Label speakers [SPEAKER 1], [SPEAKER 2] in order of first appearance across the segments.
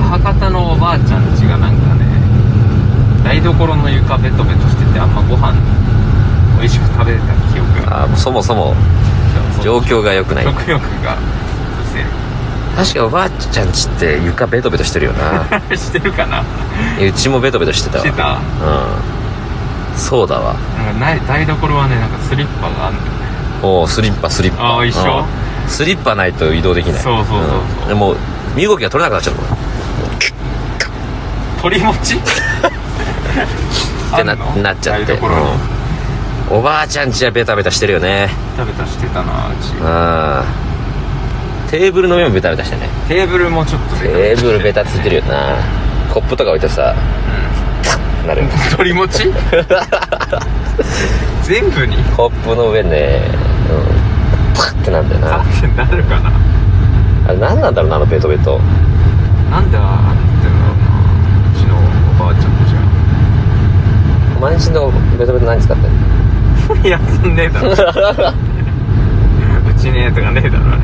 [SPEAKER 1] ばあちゃん家がなんかね台所の床ベトベトしててあんまご飯美味しく食べれた記憶が
[SPEAKER 2] あーもうそもそも状況が良くない
[SPEAKER 1] 食欲が失
[SPEAKER 2] 確かおばあちゃんちって床ベトベトしてるよな
[SPEAKER 1] せるしてるかな
[SPEAKER 2] うちもベトベトしてたわ
[SPEAKER 1] してた
[SPEAKER 2] うんそうだわ
[SPEAKER 1] なんかない台所はねなんかスリッパがあるんだよね
[SPEAKER 2] おおスリッパスリッパ
[SPEAKER 1] あー一緒
[SPEAKER 2] うんスリッパないと移動できない
[SPEAKER 1] そうそうそうそうん
[SPEAKER 2] でも身動きが取れなくなっちゃうもん
[SPEAKER 1] 鳥持ち
[SPEAKER 2] ってな
[SPEAKER 1] あんの
[SPEAKER 2] なっちゃって、
[SPEAKER 1] 台所に
[SPEAKER 2] うんおばあちゃんちはベタベタしてるよね
[SPEAKER 1] ベタベタしてたなうち
[SPEAKER 2] うんテーブルの上もベタベタしてね
[SPEAKER 1] テーブルもちょっと
[SPEAKER 2] テーブルベタ
[SPEAKER 1] つ
[SPEAKER 2] ついてるよなコップとか置いてさなるよ
[SPEAKER 1] 鳥持 ち全部に
[SPEAKER 2] コップの上ね、うん、パッてなんだよ
[SPEAKER 1] あ
[SPEAKER 2] な
[SPEAKER 1] ってなるかな
[SPEAKER 2] あれ何なんだろうなあのベトベト
[SPEAKER 1] なんでああってんだろうなうちのおばあちゃんじゃ
[SPEAKER 2] お前んちのベトベト何使ってんの
[SPEAKER 1] 休んねえだろうちねえとかねえだろあれ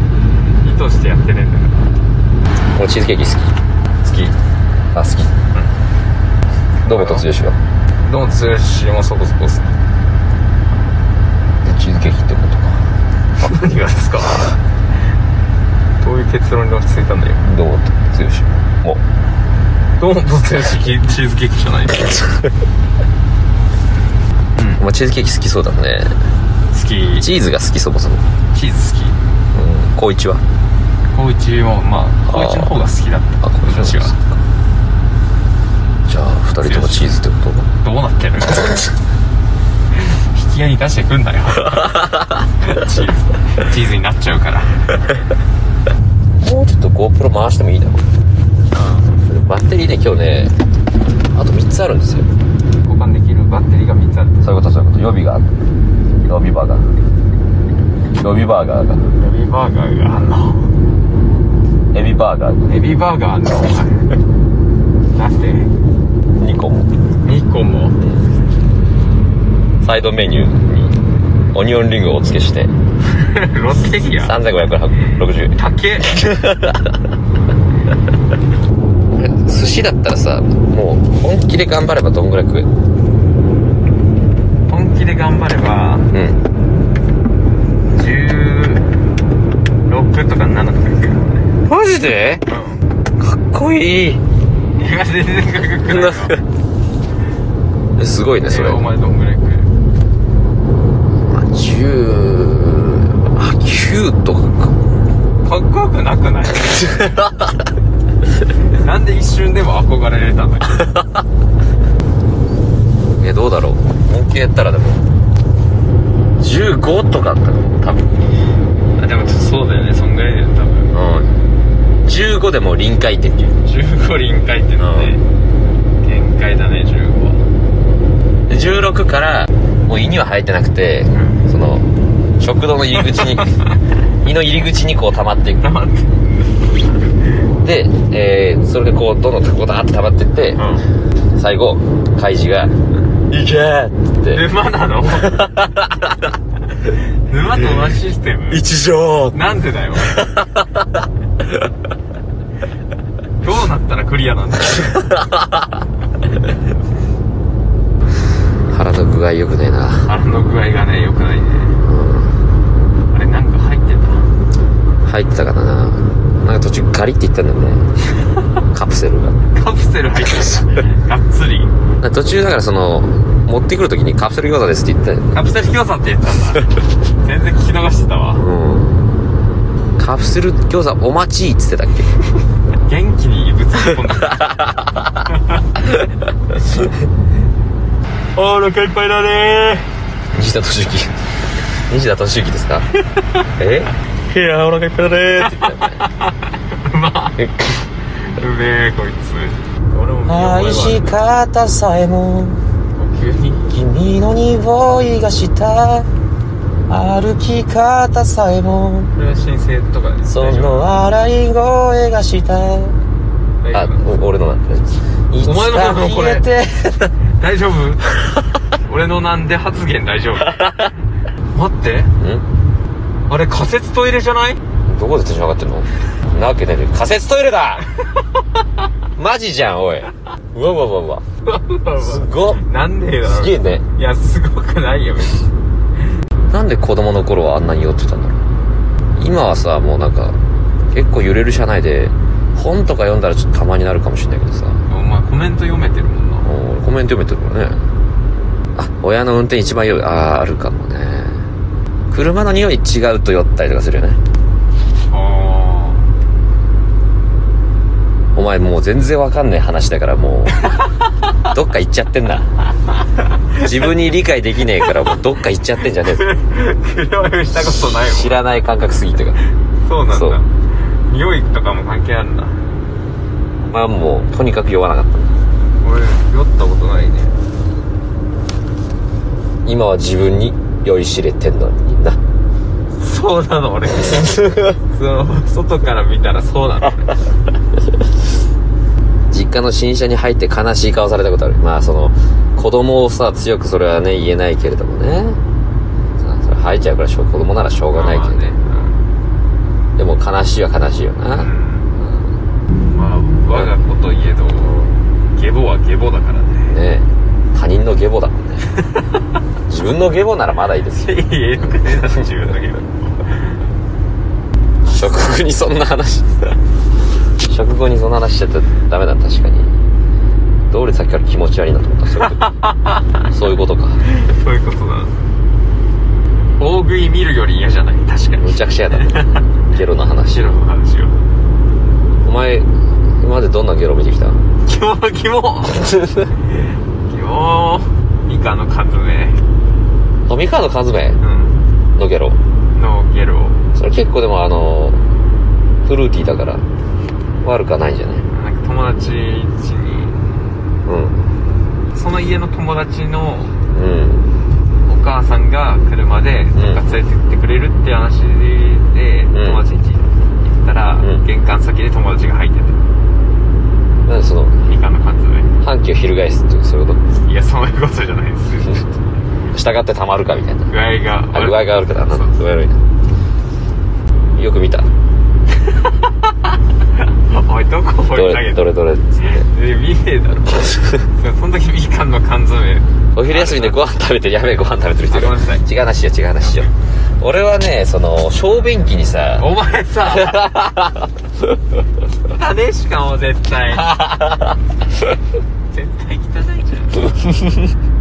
[SPEAKER 1] 意図してやってねえんだか
[SPEAKER 2] 俺チーズケーキ好き好きあ好きどうも突如しよ
[SPEAKER 1] ら
[SPEAKER 2] う
[SPEAKER 1] どうもつよしもそこそこっすね
[SPEAKER 2] チーズケーキってことか
[SPEAKER 1] 何がですかどういう結論に落ち着いたんだよ
[SPEAKER 2] どうも突如しようも
[SPEAKER 1] どう
[SPEAKER 2] う
[SPEAKER 1] もつよしチーズケーキじゃないうん
[SPEAKER 2] お前チーズケーキ好きそうだもんね
[SPEAKER 1] 好き
[SPEAKER 2] チーズが好きそもそも、
[SPEAKER 1] チーズ好き
[SPEAKER 2] うん、高一は
[SPEAKER 1] 高一もまあ高一の方が好きだった
[SPEAKER 2] あ高一の
[SPEAKER 1] 私
[SPEAKER 2] 方が
[SPEAKER 1] は
[SPEAKER 2] 好きじゃあ二人ともチーズってこと
[SPEAKER 1] どうなってる引き合いに出してくんなよチーズチーズになっちゃうから
[SPEAKER 2] もうちょっと GoPro 回してもいいだろバッテリーね今日ねあと3つあるんですよ
[SPEAKER 1] 交換できるバッテリーが3つある
[SPEAKER 2] そういうことそういうこと予備がある予備バーガー予備バーガーが
[SPEAKER 1] エビバーガーがあんの
[SPEAKER 2] エビバーガーが
[SPEAKER 1] エビバーガーあんのお前なんで
[SPEAKER 2] 2個も
[SPEAKER 1] 2個も
[SPEAKER 2] サイドメニューにオニオンリングをお付けして
[SPEAKER 1] ロッテリア
[SPEAKER 2] 3560円
[SPEAKER 1] 高え
[SPEAKER 2] 寿司だったらさもう本気で頑張ればどんぐらい食える
[SPEAKER 1] 本気で頑張れば
[SPEAKER 2] うん
[SPEAKER 1] 16とか7とかいくよね
[SPEAKER 2] マジで
[SPEAKER 1] う
[SPEAKER 2] かっこい
[SPEAKER 1] ん
[SPEAKER 2] い
[SPEAKER 1] いや全然かっこよくないよ
[SPEAKER 2] すごいねそれ
[SPEAKER 1] えーお前どんぐらい食える
[SPEAKER 2] 10あ9とかか
[SPEAKER 1] かっこよくなくない なんで一瞬でも憧れれたのに
[SPEAKER 2] えどうだろう本気やったらでも15とかあったかも多分
[SPEAKER 1] あでもちょっとそうだよねそんぐらいだよ多分
[SPEAKER 2] うん15でもう臨界点っていう
[SPEAKER 1] 15臨界ってのね、限界だね15は
[SPEAKER 2] で16からもう胃には入ってなくて、
[SPEAKER 1] う
[SPEAKER 2] その食堂の入り 口に胃の入り口にこう溜まっていく
[SPEAKER 1] 黙って
[SPEAKER 2] で、えーそれでこうどんどんこうダーって溜まっていって、
[SPEAKER 1] う
[SPEAKER 2] 最後カイジが「いけ!」って言って
[SPEAKER 1] 沼 なの沼と同じシステム
[SPEAKER 2] 一条
[SPEAKER 1] なんでだよどうなったらクリアなんだよ
[SPEAKER 2] 腹の具合良くねえな
[SPEAKER 1] 腹の具合がね良くないねあれなんか入ってた
[SPEAKER 2] 入ってたからななんか途中ガリっていったんだよね カプセルが
[SPEAKER 1] カプセル入ってるがっつり
[SPEAKER 2] なんか途中だからその持ってくる時にカプセル餃子ですって言ったよね
[SPEAKER 1] カプセル餃子って言ったんだ全然聞き逃してたわ
[SPEAKER 2] うんカプセル餃子お待ちっつってたっけ
[SPEAKER 1] 元気にぶつけ込んだおーお腹いっぱいだね
[SPEAKER 2] 西田敏行西田敏行 ですかえ
[SPEAKER 1] いやーお腹いっぱいだねう まうめえこいつ俺も
[SPEAKER 2] 愛し方さえも
[SPEAKER 1] 急に
[SPEAKER 2] 君の匂いがした歩き方さえも
[SPEAKER 1] これは申請とかです
[SPEAKER 2] その笑い声がした
[SPEAKER 1] 大
[SPEAKER 2] あ
[SPEAKER 1] 丈夫
[SPEAKER 2] お俺のなんだいつ
[SPEAKER 1] お前の方
[SPEAKER 2] か
[SPEAKER 1] もこ
[SPEAKER 2] 消
[SPEAKER 1] れ
[SPEAKER 2] えて
[SPEAKER 1] 大 丈夫俺のなんで発言大丈夫 待って
[SPEAKER 2] ん
[SPEAKER 1] あれ仮設トイレじゃない
[SPEAKER 2] どこでテンション上がってんのなわけないで仮設トイレだ待マジじゃん、おい。うわうわうわうわ。すごっ
[SPEAKER 1] なんでよ
[SPEAKER 2] すげえね。
[SPEAKER 1] いやすごくないよ別に
[SPEAKER 2] なんで子供の頃はあんなに酔ってたんだろう今はさもうなんか結構揺れる車内で本とか読んだらちょっとたまになるかもしれないけどさ
[SPEAKER 1] お前コメント読めてるもん な
[SPEAKER 2] もうコメント読めてるからねあ親の運転一番酔いあああるかもね車の匂い違うと酔ったりとかするよね
[SPEAKER 1] あ
[SPEAKER 2] お前もう全然わかんない話だからもう どっか行っちゃってんな自分に理解できねえからもうどっか行っちゃってんじゃねえぞ
[SPEAKER 1] ー車酔いしたことない
[SPEAKER 2] 知らない感覚すぎてから
[SPEAKER 1] もんそ
[SPEAKER 2] そうう
[SPEAKER 1] なんだ匂いとかも関係あるな
[SPEAKER 2] お前はもうとにかく酔わなかった
[SPEAKER 1] 俺酔ったことないね
[SPEAKER 2] 今は自分に酔いしれてんのにな
[SPEAKER 1] そうなの俺その外から見たらそうなの俺
[SPEAKER 2] 実家の新車に入って悲しい顔されたことあるまあその子供をさ強くそれはね言えないけれどもねさそれ入っちゃうからしょう子供ならしょうがないけどねでも悲しいは悲しいよ
[SPEAKER 1] まあねう
[SPEAKER 2] な、
[SPEAKER 1] んまあ我が子といえどゲボはゲボだからね
[SPEAKER 2] ねえ他人のゲボだもんね自分のゲボならまだいいですよ
[SPEAKER 1] いやよく出た自分だけど
[SPEAKER 2] 食後にそんな話食後にそんな話しちゃったらダメだ確かにどうでさっきから気持ち悪いなと思ったそういうことそういうことか
[SPEAKER 1] そういうことだ大食い見るより嫌じゃない確かに
[SPEAKER 2] むちゃくちゃや だねゲロの話
[SPEAKER 1] 白の話を
[SPEAKER 2] お前今までどんなゲロ見てきた
[SPEAKER 1] キモキモキモ以下の数ね
[SPEAKER 2] 富川の缶詰
[SPEAKER 1] うん
[SPEAKER 2] のゲロ
[SPEAKER 1] のゲロ
[SPEAKER 2] それ結構でもあのフルーティーだから悪くはないんじゃない
[SPEAKER 1] なんか友達家に
[SPEAKER 2] うん
[SPEAKER 1] その家の友達の
[SPEAKER 2] うん
[SPEAKER 1] お母さんが車でどっか連れてってくれるって話で、
[SPEAKER 2] ん
[SPEAKER 1] 友達に行ったら、
[SPEAKER 2] うん
[SPEAKER 1] 玄関先で友達が入ってて
[SPEAKER 2] なんでその
[SPEAKER 1] みかんの缶詰
[SPEAKER 2] 反旗を翻すっていうそういうこ
[SPEAKER 1] いやそういうことじゃないです
[SPEAKER 2] と従ってたまるかみたいな
[SPEAKER 1] 具合が
[SPEAKER 2] あ具合があるからな
[SPEAKER 1] そ
[SPEAKER 2] 具
[SPEAKER 1] う
[SPEAKER 2] 合悪いなよく見た
[SPEAKER 1] おいどこ
[SPEAKER 2] ど
[SPEAKER 1] 掘り下
[SPEAKER 2] れ
[SPEAKER 1] げ
[SPEAKER 2] ど
[SPEAKER 1] て
[SPEAKER 2] れどれっ つって
[SPEAKER 1] え見ねえだろその時みかんの缶詰
[SPEAKER 2] お昼休みでご飯食べてるやべえご飯食べてる人いる
[SPEAKER 1] あごめんなさい
[SPEAKER 2] 違う話よ違う話よ俺はねその小便器にさ
[SPEAKER 1] お前さ 汚ねえしかも絶対絶対汚いじゃん